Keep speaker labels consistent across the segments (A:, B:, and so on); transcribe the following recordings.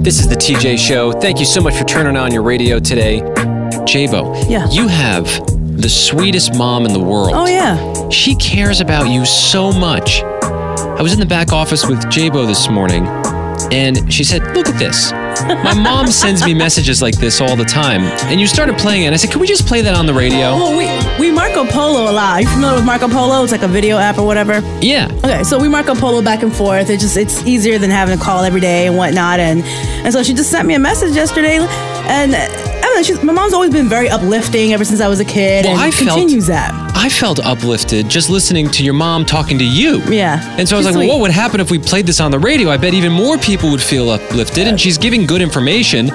A: This is the TJ Show. Thank you so much for turning on your radio today. Javo,
B: Yeah.
A: you have the sweetest mom in the world.
B: Oh, yeah.
A: She cares about you so much. I was in the back office with Jabo this morning, and she said, Look at this. My mom sends me messages like this all the time. And you started playing it. And I said, Can we just play that on the radio?
B: Well, Oh, we, we Marco Polo a lot. Are you familiar with Marco Polo? It's like a video app or whatever.
A: Yeah.
B: Okay, so we Marco Polo back and forth. It just it's easier than having a call every day and whatnot. And and so she just sent me a message yesterday, and uh, I don't know. She's, my mom's always been very uplifting ever since I was a kid,
A: Well,
B: and
A: I felt-
B: continues that.
A: I felt uplifted just listening to your mom talking to you.
B: Yeah.
A: And so I was
B: She's
A: like,
B: sweet.
A: well, what would happen if we played this on the radio? I bet even more people would feel uplifted. And she's giving good information.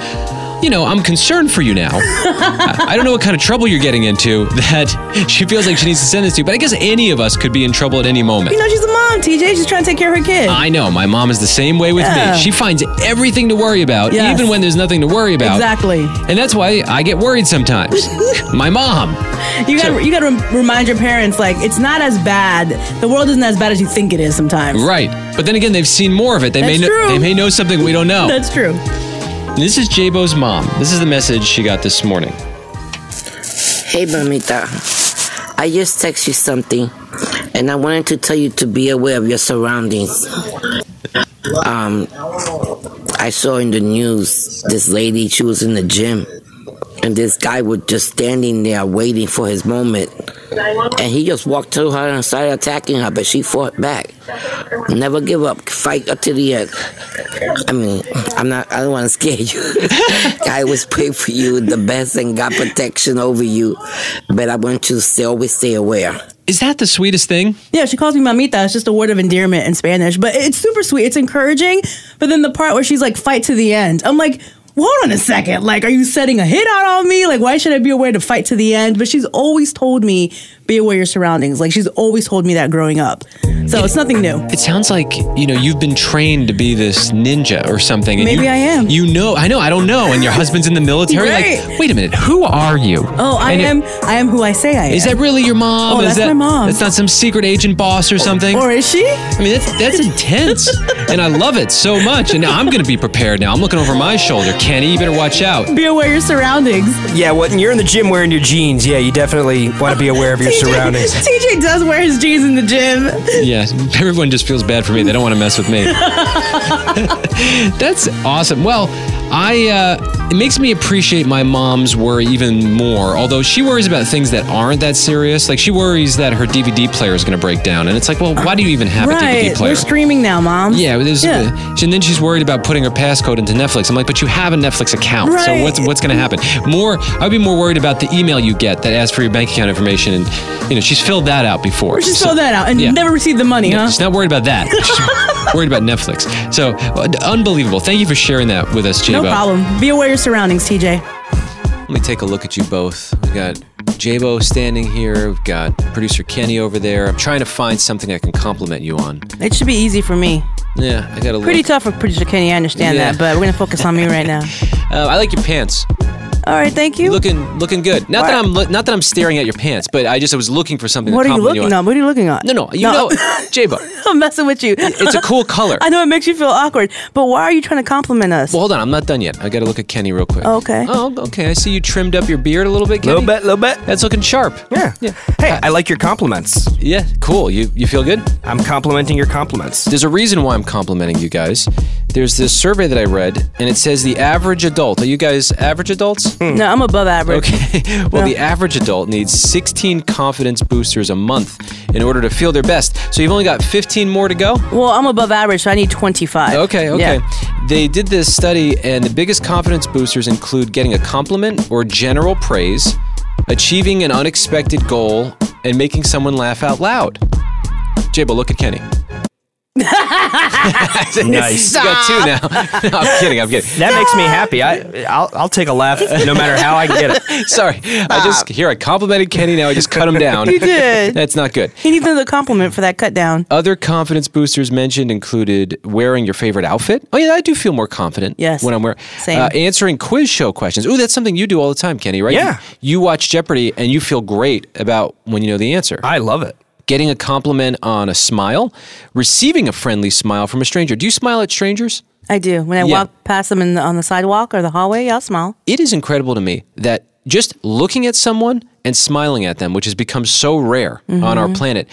A: You know, I'm concerned for you now. I I don't know what kind of trouble you're getting into that she feels like she needs to send this to, you, but I guess any of us could be in trouble at any moment.
B: You know, she's a mom, TJ. She's trying to take care of her kid.
A: I know my mom is the same way with
B: Yeah.
A: me. She finds everything to worry about,
B: Yes.
A: even when there's nothing to worry about.
B: Exactly.
A: And that's why I get worried sometimes. my mom.
B: You gotta
A: So-
B: you gotta rem- remind your parents like it's not as bad. The world isn't as bad as you think it is sometimes.
A: Right. But then again, they've seen more of it. They may
B: That's
A: know,
B: true.
A: they may know something we don't know.
B: That's true.
A: This is Jabo's mom. This is the message she got this morning.
C: Hey, Mamita. I just text you something, and I wanted to tell you to be aware of your surroundings. Um, I saw in the news this lady, she was in the gym, and this guy was just standing there waiting for his moment. And he just walked to her and started attacking her, but she fought back. Never give up. Fight up to the end. I mean, I'm not. I don't want to scare you. I always pray for you the best and God protection over you. But I want you to stay, always stay aware.
A: Is that the sweetest thing?
B: Yeah, she calls me mamita. It's just a word of endearment in Spanish, but it's super sweet. It's encouraging. But then the part where she's like, fight to the end. I'm like, well, hold on a second. Like, are you setting a hit out on me? Like, why should I be aware to fight to the end? But she's always told me, be aware of your surroundings. Like, she's always told me that growing up. So it's nothing new.
A: It sounds like, you know, you've been trained to be this ninja or something. and
B: Maybe
A: you-
B: I am.
A: You know, I know, I don't know. And your husband's in the military. Like,
B: Right.
A: wait a minute, who are you?
B: Oh, I
A: And it-
B: am. I am who I say I am.
A: Is that really your mom?
B: Oh,
A: is
B: that's
A: that,
B: my mom.
A: That's not some secret agent boss or something.
B: Or is she?
A: I mean, that's, that's intense, and I love it so much. And now I'm going to be prepared. Now I'm looking over my shoulder. Kenny, you better watch out.
B: Be aware of your surroundings.
D: Yeah, when you're in the gym wearing your jeans, yeah, you definitely want to be aware of your surroundings.
B: TJ does wear his jeans in the gym.
A: Yeah, everyone just feels bad for me. They don't want to mess with me. That's awesome. Well, I uh, it makes me appreciate my mom's worry even more. Although she worries about things that aren't that serious, like she worries that her DVD player is going to break down, and it's like, well, why do you even have a
B: Right.
A: DVD player?
B: We're streaming now, mom.
A: yeah, but there's,
B: Yeah.
A: and then she's worried about putting her passcode into Netflix. I'm like, but you have a Netflix account, so
B: Right.
A: what's what's going to happen? More, I'd be more worried about the email you get that asks for your bank account information, and you know she's filled that out before.
B: Just
A: So-
B: throw that out and
A: yeah.
B: never receive the money,
A: yeah,
B: huh?
A: She's not worried about that. She's worried about Netflix. So uh, unbelievable. Thank you for sharing that with us,
B: No
A: Jabo.
B: problem. Be aware of your surroundings, TJ.
A: Let me take a look at you both. We've got Jabo standing here. We've got producer Kenny over there. I'm trying to find something I can compliment you on.
B: It should be easy for me.
A: Yeah, I got a
B: Pretty
A: look.
B: tough for producer Kenny, I understand
A: Yeah.
B: that, but we're gonna focus on me right now.
A: uh, I like your pants.
B: All right, thank you.
A: Looking, looking good. Not that
B: What?
A: I'm, lo- not that I'm staring at your pants, but I just I was looking for something.
B: what
A: to
B: are you
A: compliment
B: looking
A: you
B: on?
A: on?
B: What are you looking on?
A: No, no, you know, Jabo.
B: I'm messing with you.
A: It's a cool color.
B: I know it makes you feel awkward, but why are you trying to compliment us?
A: Well, hold on, I'm not done yet. I got to look at Kenny real quick.
B: Okay.
A: Oh, okay. I see you trimmed up your beard a little bit, Kenny.
D: Little bit, little bit.
A: That's looking sharp.
D: Yeah.
A: Yeah.
D: Hey, I like your compliments.
A: Yeah, cool. You you feel good?
D: I'm complimenting your compliments.
A: There's a reason why I'm complimenting you guys. There's this survey that I read, and it says the average adult. Are you guys average adults?
B: no, I'm above average.
A: Okay. Well,
B: No.
A: the average adult needs 16 confidence boosters a month in order to feel their best. So you've only got 15 more to go.
B: Well, I'm above average, so I need 25.
A: Okay, okay.
B: Yeah.
A: They did this study, and the biggest confidence boosters include getting a compliment or general praise, achieving an unexpected goal, and making someone laugh out loud. Jabo, look at Kenny.
D: Nice.
A: You got two now. no, I'm kidding. I'm kidding.
D: That makes me happy. I I'll, I'll take a laugh no matter how I can get it.
A: Sorry. I just here. I complimented Kenny. Now I just cut him down.
B: You did.
A: That's not good.
B: He needs another compliment for that cut down.
A: Other confidence boosters mentioned included wearing your favorite outfit. Oh yeah, I do feel more confident.
B: Yes.
A: when I'm wearing.
B: Same.
A: answering quiz show questions. Ooh, that's something you do all the time, Kenny. Right?
D: Yeah.
A: You, you watch Jeopardy and you feel great about when you know the answer.
D: I love it.
A: Getting a compliment on a smile, receiving a friendly smile from a stranger. Do you smile at strangers?
B: I do. When I
A: Yeah.
B: walk past them in the, on the sidewalk or the hallway, yeah, I'll smile.
A: It is incredible to me that just looking at someone and smiling at them, which has become so rare on
B: Mm-hmm.
A: our planet,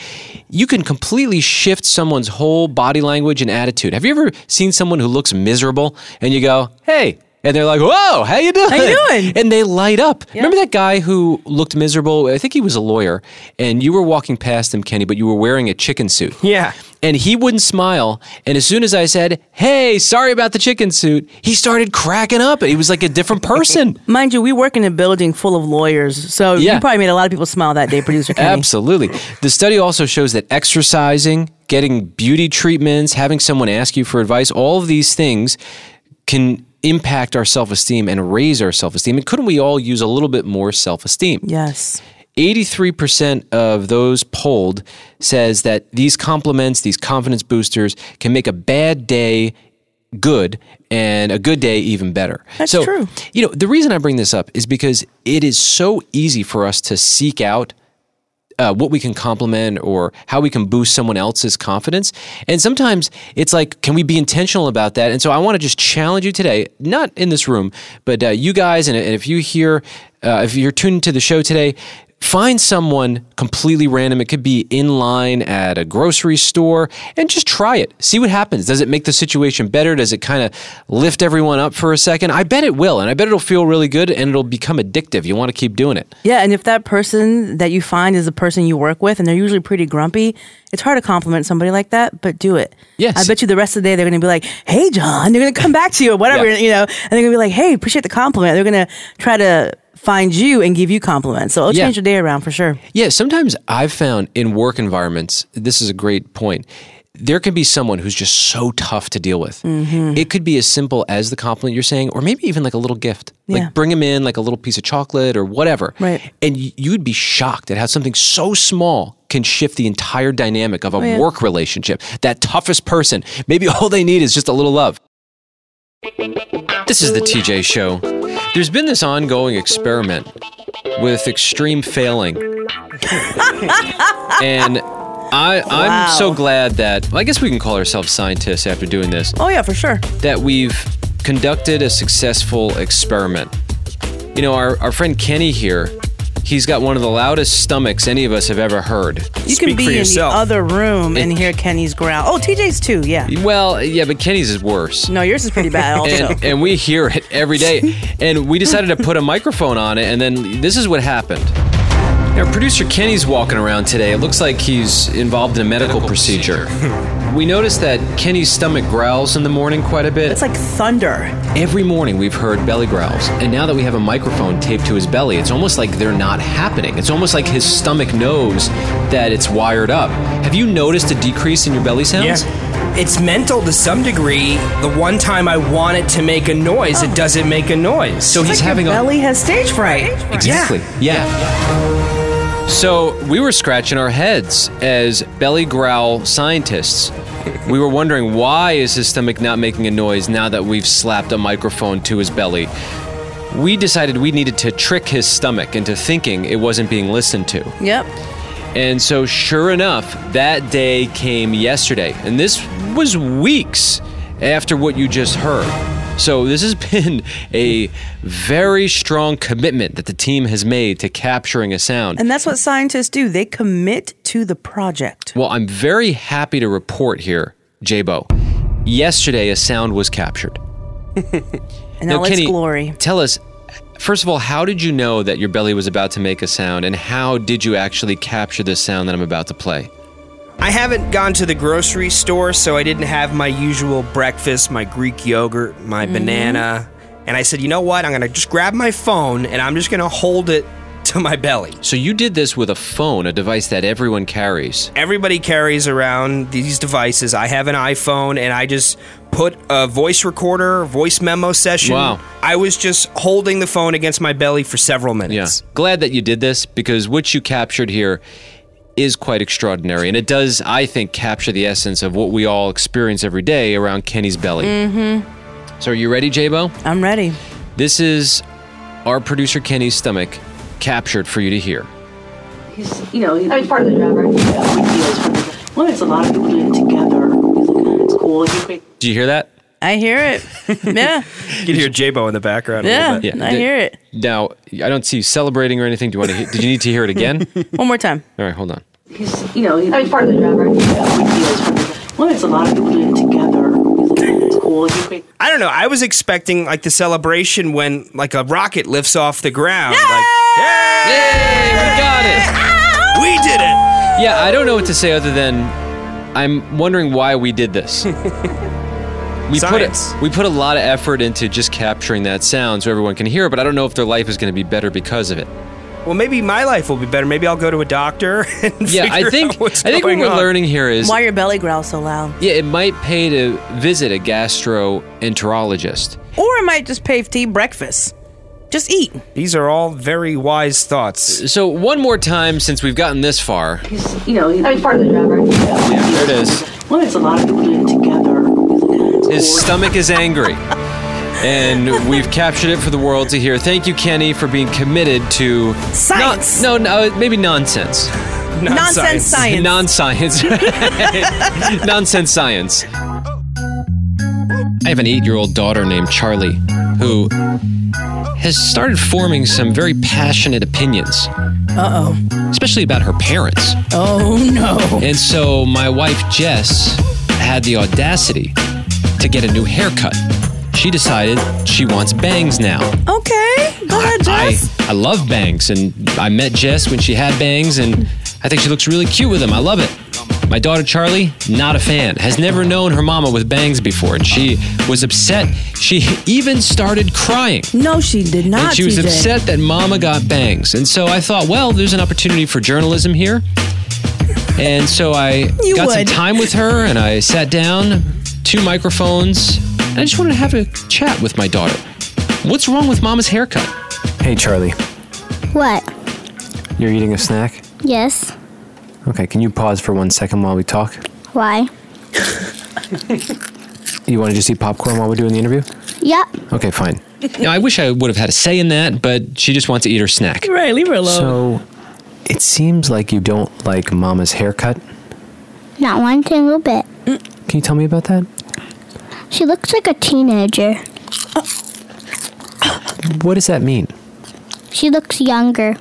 A: you can completely shift someone's whole body language and attitude. Have you ever seen someone who looks miserable and you go, "Hey," and they're like, "Whoa, how you doing?"
B: you doing?
A: And they light up. Remember that guy who looked miserable? I think he was a lawyer, and you were walking past him, Kenny, but you were wearing a chicken suit
D: Yeah.
A: and he wouldn't smile. And as soon as I said, "Hey, sorry about the chicken suit," he started cracking up, and he was like a different person.
B: Mind you, we work in a building full of lawyers, so
A: Yeah.
B: you probably made a lot of people smile that day, producer Kenny.
A: Absolutely. The study also shows that exercising, getting beauty treatments, having someone ask you for advice, all of these things can impact our self-esteem and raise our self-esteem. And couldn't we all use a little bit more self-esteem?
B: Yes.
A: 83% of those polled says that these compliments, these confidence boosters can make a bad day good and a good day even better.
B: That's
A: so,
B: true.
A: You know, the reason I bring this up is because it is so easy for us to seek out uh, what we can compliment or how we can boost someone else's confidence. And sometimes it's like, can we be intentional about that? And so I want to just challenge you today, not in this room, but uh, you guys, and, and if you hear, uh, if you're tuned to the show today, find someone completely random. It could be in line at a grocery store and just try it. See what happens. Does it make the situation better? Does it kind of lift everyone up for a second? I bet it will. And I bet it'll feel really good and it'll become addictive. You want to keep doing it.
B: Yeah, and if that person that you find is the person you work with and they're usually pretty grumpy, it's hard to compliment somebody like that, but do it.
A: Yes.
B: I bet you the rest of the day they're going to be like, hey, John, they're going to come back to you or whatever,
A: Yeah.
B: you know, and they're going to be like, hey, appreciate the compliment. They're going to try to find you and give you compliments. So it'll
A: Yeah.
B: change your day around for sure.
A: Yeah, sometimes I've found in work environments, this is a great point. There can be someone who's just so tough to deal with.
B: Mm-hmm.
A: It could be as simple as the compliment you're saying, or maybe even like a little gift.
B: Yeah.
A: Like bring them in, like a little piece of chocolate or whatever.
B: Right.
A: And y- you'd be shocked at how something so small can shift the entire dynamic
B: Oh,
A: of a work relationship. That toughest person, maybe all they need is just a little love. This is the TJ Show. There's been this ongoing experiment with extreme failing. and I, I'm so glad that, I guess we can call ourselves scientists after doing this,
B: Oh, yeah, for sure.
A: that we've conducted a successful experiment. You know, our, our friend Kenny here, he's got one of the loudest stomachs any of us have ever heard.
B: You
D: Speak
B: can be
D: for
B: in
D: yourself.
B: the other room and
A: It-
B: hear Kenny's growl. Oh, TJ's too, yeah.
A: Well, yeah, but Kenny's is worse.
B: No, yours is pretty bad also.
A: and, and we hear it every day. And we decided to put a microphone on it, and then this is what happened. Now, producer Kenny's walking around today. It looks like he's involved in a medical, procedure. we noticed that Kenny's stomach growls in the morning quite a bit.
B: it's like thunder.
A: Every morning we've heard belly growls, and now that we have a microphone taped to his belly, it's almost like they're not happening. It's almost like his stomach knows that it's wired up. Have you noticed a decrease in your belly sounds?
D: Yeah. It's mental to some degree. The one time I want it to make a noise, it doesn't make a noise.
A: So he's
B: Your
A: having a
B: belly has stage fright.
A: Exactly. Yeah. So we were scratching our heads as belly growl scientists. We were wondering why is his stomach not making a noise now that we've slapped a microphone to his belly. We decided we needed to trick his stomach into thinking it wasn't being listened to.
B: Yep.
A: And so, sure enough, that day came yesterday. And this was weeks after what you just heard. So, this has been a very strong commitment that the team has made to capturing a sound.
B: And that's what scientists do. They commit to the project.
A: Well, I'm very happy to report here, Jabo. Yesterday, a sound was captured.
B: And
A: Now,
B: all
A: Kenny,
B: its glory.
A: Tell us, first of all, how did you know that your belly was about to make a sound, and how did you actually capture this sound that I'm about to play?
D: I haven't gone to the grocery store, so I didn't have my usual breakfast, my Greek yogurt, my banana. And I said, you know what? I'm going to just grab my phone and I'm just going to hold it to my belly.
A: So you did this with a phone, a device that everyone carries.
D: Everybody carries around these devices. I have an iPhone and I just put a voice recorder, voice memo session.
A: Wow.
D: I was just holding the phone against my belly for several
A: Yeah.
D: minutes.
A: Glad that you did this because what you captured here is quite extraordinary and it does I think capture the essence of what we all experience every day around Kenny's belly. Mhm. So are you ready, Jabo?
B: I'm ready.
A: This is our producer Kenny's stomach captured for you to hear.
E: he's, you know, I mean, part of the driver. He is part of the driver. Well, there's a lot of people doing it together. He's like, oh, it's cool. He creates
A: Do you hear that?
B: I hear it. Yeah.
D: You can hear J-Bo in the background. a little
B: Yeah.
D: bit.
A: Yeah.
B: I
A: Did-
B: hear it.
A: Now, I don't see you celebrating or anything. Do you want to? He- did you need to hear it again?
B: One more time.
A: All right, hold on.
E: He's, you know, I mean, it's part of the job, right?
F: Well, there's a lot of people doing it together. It's cool. You can-
D: I don't know. I was expecting like the celebration when like a rocket lifts off the ground. Like,
A: Hey, we got it.
D: "Yay, we did it.
A: Yeah, I don't know what to say other than I'm wondering why we did this. We put,
D: Science.
A: a, we put a lot of effort into just capturing that sound so everyone can hear it, but I don't know if their life is going to be better because of it.
D: Well, maybe my life will be better. Maybe I'll go to a doctor. And
A: Yeah, I
D: figure
A: think
D: out what's
A: I think what
D: going
A: we're
D: on.
A: learning here is
B: Why your belly growls so loud?
A: yeah, it might pay to visit a gastroenterologist.
B: Or I might just pay tea breakfast. Just eat.
D: These are all very wise thoughts.
A: So one more time since we've gotten this far.
E: He's, you know, I mean, it's part of the job, right?
A: Yeah, there it is.
F: Well, there's a lot of people doing it together. It's cool.
A: His stomach is angry. And we've captured it for the world to hear. Thank you, Kenny, for being committed to
B: Science.
A: No, no, no, maybe nonsense.
B: Nonsense science.
A: Non-science. Nonsense science. I have an eight-year-old daughter named Charlie who has started forming some very passionate opinions. Uh oh. Especially about her parents.
B: oh no.
A: And so my wife Jess had the audacity to get a new haircut. She decided she wants bangs now.
B: Okay. Go ahead,
A: I,
B: Oh, Jess.
A: I love bangs, and I met Jess when she had bangs, and I think she looks really cute with them. I love it. My daughter Charlie, not a fan, has never known her mama with bangs before, and she was upset. She even started crying.
B: no, she did not.
A: And she was
B: TJ.
A: upset that mama got bangs. And so I thought, well, there's an opportunity for journalism here. And so I
B: You
A: got some
B: would.
A: time with her and I sat down, two microphones, and I just wanted to have a chat with my daughter. What's wrong with mama's haircut?
G: Hey, Charlie,
H: What?
G: you're eating a snack?
H: Yes.
G: Okay, can you pause for one second while we talk?
H: Why?
G: You want to just eat popcorn while we're doing the interview?
H: Yep.
G: Okay, fine.
A: Now, I wish I would have had a say in that, but she just wants to eat her snack.
B: Right, leave her alone.
G: So, it seems like you don't like Mama's haircut.
H: Not one single bit.
G: Can you tell me about that?
H: She looks like a teenager.
G: What does that mean?
H: She looks younger.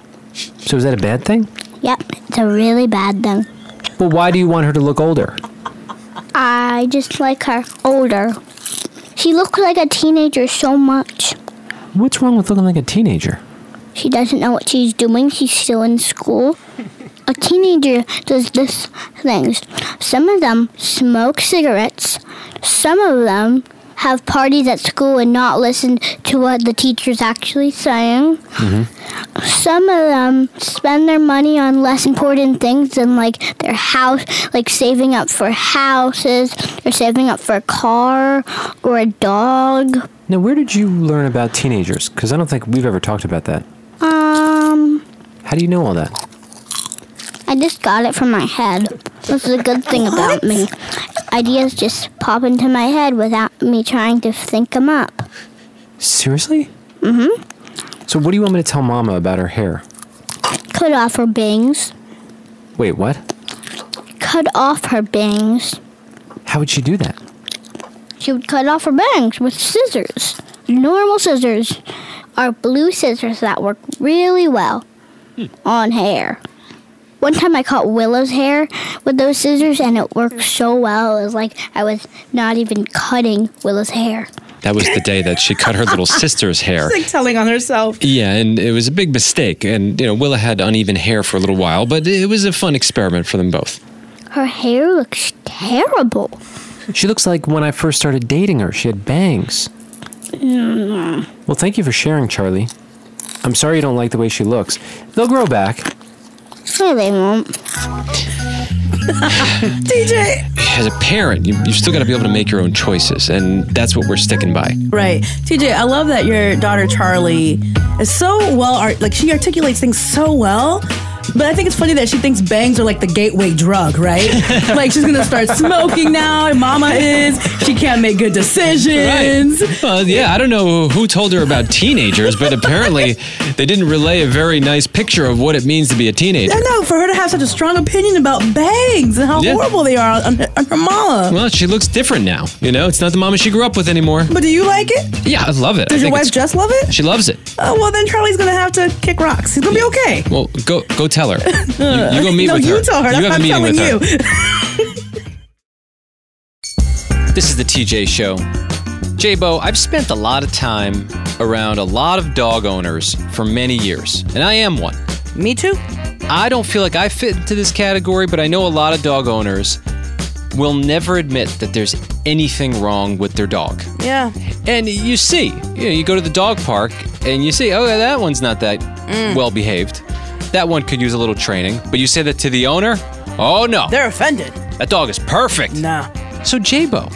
G: So, is that a bad thing?
H: Yep, it's a really bad thing.
G: Well, why do you want her to look older?
H: I just like her older. She looks like a teenager so much.
G: What's wrong with looking like a teenager?
H: She doesn't know what she's doing. She's still in school. A teenager does this things. Some of them smoke cigarettes. Some of them have parties at school and not listen to what the teacher's actually saying. Some of them spend their money on less important things than like their house, like saving up for houses or saving up for a car or a dog.
G: Now, where did you learn about teenagers? Because I don't think we've ever talked about that.
H: Um.
G: How do you know all that?
H: I just got it from my head. This is a good thing about me. Ideas just pop into my head without me trying to think them up.
G: Seriously? Mm
B: Mm-hmm.
G: hmm. So, what do you want me to tell Mama about her hair?
H: Cut off her bangs.
G: Wait, what?
H: Cut off her bangs.
G: How would she do that?
H: She would cut off her bangs with scissors. Normal scissors are blue scissors that work really well on hair. One time I caught Willow's hair with those scissors and it worked so well. It was like I was not even cutting Willow's hair.
A: That was the day that she cut her little sister's hair.
B: She's like telling on herself.
A: Yeah, and it was a big mistake. And, you know, Willa had uneven hair for a little while, but it was a fun experiment for them both.
H: Her hair looks terrible.
G: She looks like when I first started dating her. She had bangs. Well, thank you for sharing, Charlie. I'm sorry you don't like the way she looks. They'll grow back.
H: No, they won't.
B: TJ.
A: as a parent, you, you've still got to be able to make your own choices, and that's what we're sticking by.
B: Right. TJ, I love that your daughter Charlie is so well art like she articulates things so well. But I think it's funny that she thinks bangs are like the gateway drug, right? like she's gonna start smoking now, and mama is. She can't make good decisions.
A: Right. Well, yeah, I don't know who told her about teenagers, but apparently they didn't relay a very nice picture of what it means to be a teenager.
B: I know for her to have such a strong opinion about bangs and how
A: Yeah.
B: horrible they are on, on her mama.
A: Well, she looks different now. You know, it's not the mama she grew up with anymore.
B: But do you like it?
A: Yeah, I love it. I
B: Does your
A: think
B: wife
A: it's-
B: just love it?
A: She loves it.
B: Oh well, then Charlie's gonna have to kick rocks. He's gonna be okay.
A: Well, go go tell her. You, you go meet
B: no,
A: with her.
B: you tell her. That's
A: You
B: what
A: have a
B: I'm
A: meeting
B: telling
A: with her.
B: you.
A: This is the TJ Show. Jabo, I've spent a lot of time around a lot of dog owners for many years, and I am one.
B: Me too.
A: I don't feel like I fit into this category, but I know a lot of dog owners will never admit that there's anything wrong with their dog.
B: Yeah.
A: And you see, you, know, you go to the dog park and you see, oh, that one's not that well behaved. That one could use a little training. But you say that to the owner? Oh, no.
B: They're offended.
A: that dog is perfect.
B: Nah.
A: So, Jabo,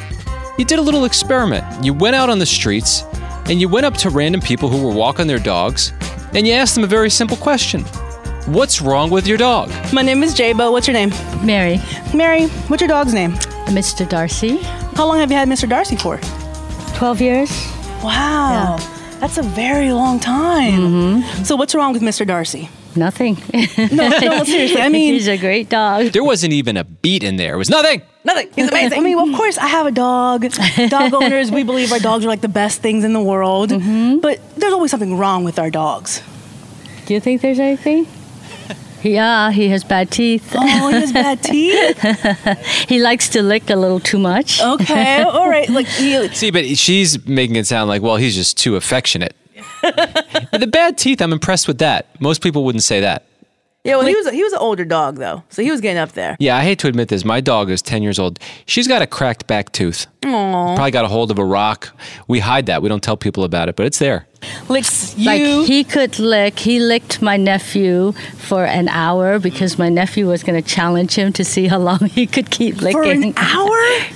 A: you did a little experiment. You went out on the streets and you went up to random people who were walking their dogs and you asked them a very simple question What's wrong with your dog?
B: My name is Jabo. What's your name?
I: Mary,
B: Mary. What's your dog's name?
I: Mr. Darcy,
B: How long have you had Mr. Darcy for?
I: 12 years.
B: Wow. That's a very long time. So what's wrong with Mr. Darcy?
I: Nothing.
B: No, no, seriously. I mean,
I: he's a great dog.
A: There wasn't even a beat in there. It was nothing.
B: nothing. He's amazing. I mean, well, of course, I have a dog. Dog owners, we believe our dogs are like the best things in the world. But there's always something wrong with our dogs.
I: Do you think there's anything? Yeah, he has bad teeth.
B: Oh, he has bad teeth.
I: He likes to lick a little too much.
B: Okay, all right. Like, he,
A: See, but she's making it sound like, well, he's just too affectionate. But the bad teeth, I'm impressed with that. Most people wouldn't say that.
B: yeah. Well, he was he was an older dog though, so he was getting up there.
A: Yeah, I hate to admit this. My dog is 10 years old. She's got a cracked back tooth. Probably got a hold of a rock. We hide that. We don't tell people about it, but it's there.
B: Licks you.
I: Like he could lick. He licked my nephew for an hour because my nephew was going to challenge him to see how long he could keep licking.
B: for an hour?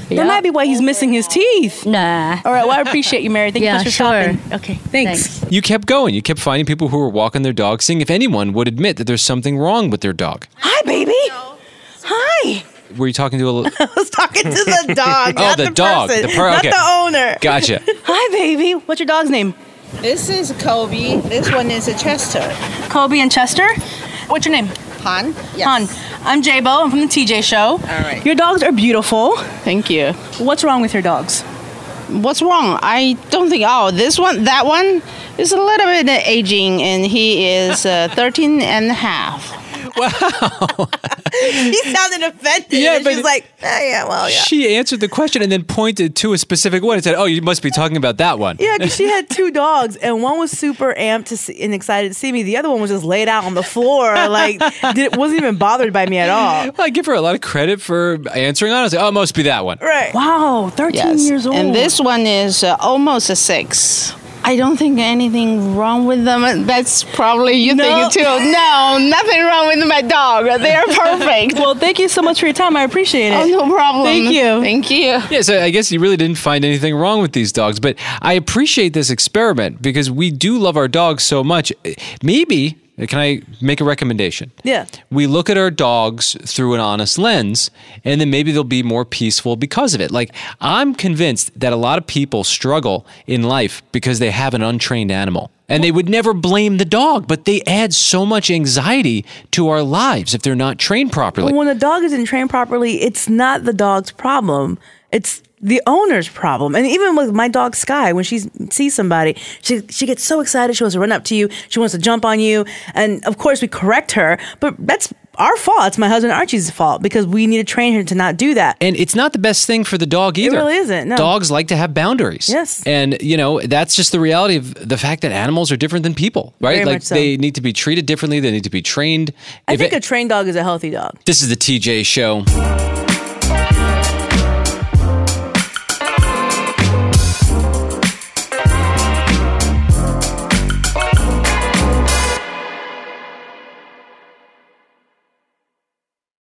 I: Yeah.
B: That might be why he's missing his teeth.
I: Nah.
B: All right, well, Oh, I appreciate you, Mary. Thank
I: Yeah,
B: you so much for
I: sure.
B: shopping. Okay, thanks.
A: You kept going. You kept finding people who were walking their dog, seeing if anyone would admit that there's something wrong with their dog.
B: Hi, baby. Hi.
A: Were you talking to a little.
B: I was talking to the dog.
A: Oh,
B: not
A: the
B: the,
A: dog,
B: Person,
A: the per-
B: not
A: okay.
B: the owner.
A: Gotcha.
B: Hi, baby. What's your dog's name?
J: This is Kobe. This one is a Chester.
B: Kobe and Chester. What's your name?
J: Han?
B: Han. I'm J-Bo. I'm from the TJ Show. All
J: right.
B: Your dogs are beautiful.
J: Thank you.
B: What's wrong with your dogs?
J: What's wrong? I don't think. Oh, this one, that one is a little bit aging, and he is uh, 13 and a half.
B: He sounded offended.
A: Yeah, And but- she's like,
J: "Oh,
B: Oh, yeah, well,
A: She answered the question and then pointed to a specific one and said, Oh, you must be talking about that one.
B: Yeah, because she had two dogs, and one was super amped to see, and excited to see me. The other one was just laid out on the floor, like did, wasn't even bothered by me at all.
A: I give her a lot of credit for answering honestly. Oh, it must be that one.
B: Right? Wow, thirteen years old.
J: And this one is uh, almost a six. I don't think anything wrong with them. Uh, That's probably you
B: No.
J: think too. No, nothing wrong with my dog. They are perfect.
B: Well, thank you so much for your time. I appreciate it.
J: oh, no problem.
B: Thank you.
J: Thank you.
A: Yeah, so I guess you really didn't find anything wrong with these dogs, but I appreciate this experiment because we do love our dogs so much. Maybe, can I make a recommendation?
B: Yeah.
A: We look at our dogs through an honest lens, and then maybe they'll be more peaceful because of it. Like, I'm convinced that a lot of people struggle in life because they have an untrained animal. And they would never blame the dog, but they add so much anxiety to our lives if they're not trained properly.
B: when a dog isn't trained properly, it's not the dog's problem. It's the owner's problem. And even with my dog Sky, when she sees somebody, she she gets so excited. She wants to run up to you. She wants to jump on you. And of course, we correct her. But that's our fault. It's my husband Archie's fault because we need to train her to not do that.
A: And it's not the best thing for the dog either.
B: really isn't, no.
A: Dogs like to have boundaries.
B: Yes.
A: And, you know, that's just the reality of the fact that animals are different than people, right?
B: Very
A: like
B: much so.
A: they need to be treated differently, they need to be trained.
B: I
A: If
B: think
A: it-
B: a trained dog is a healthy dog.
A: this is the TJ show.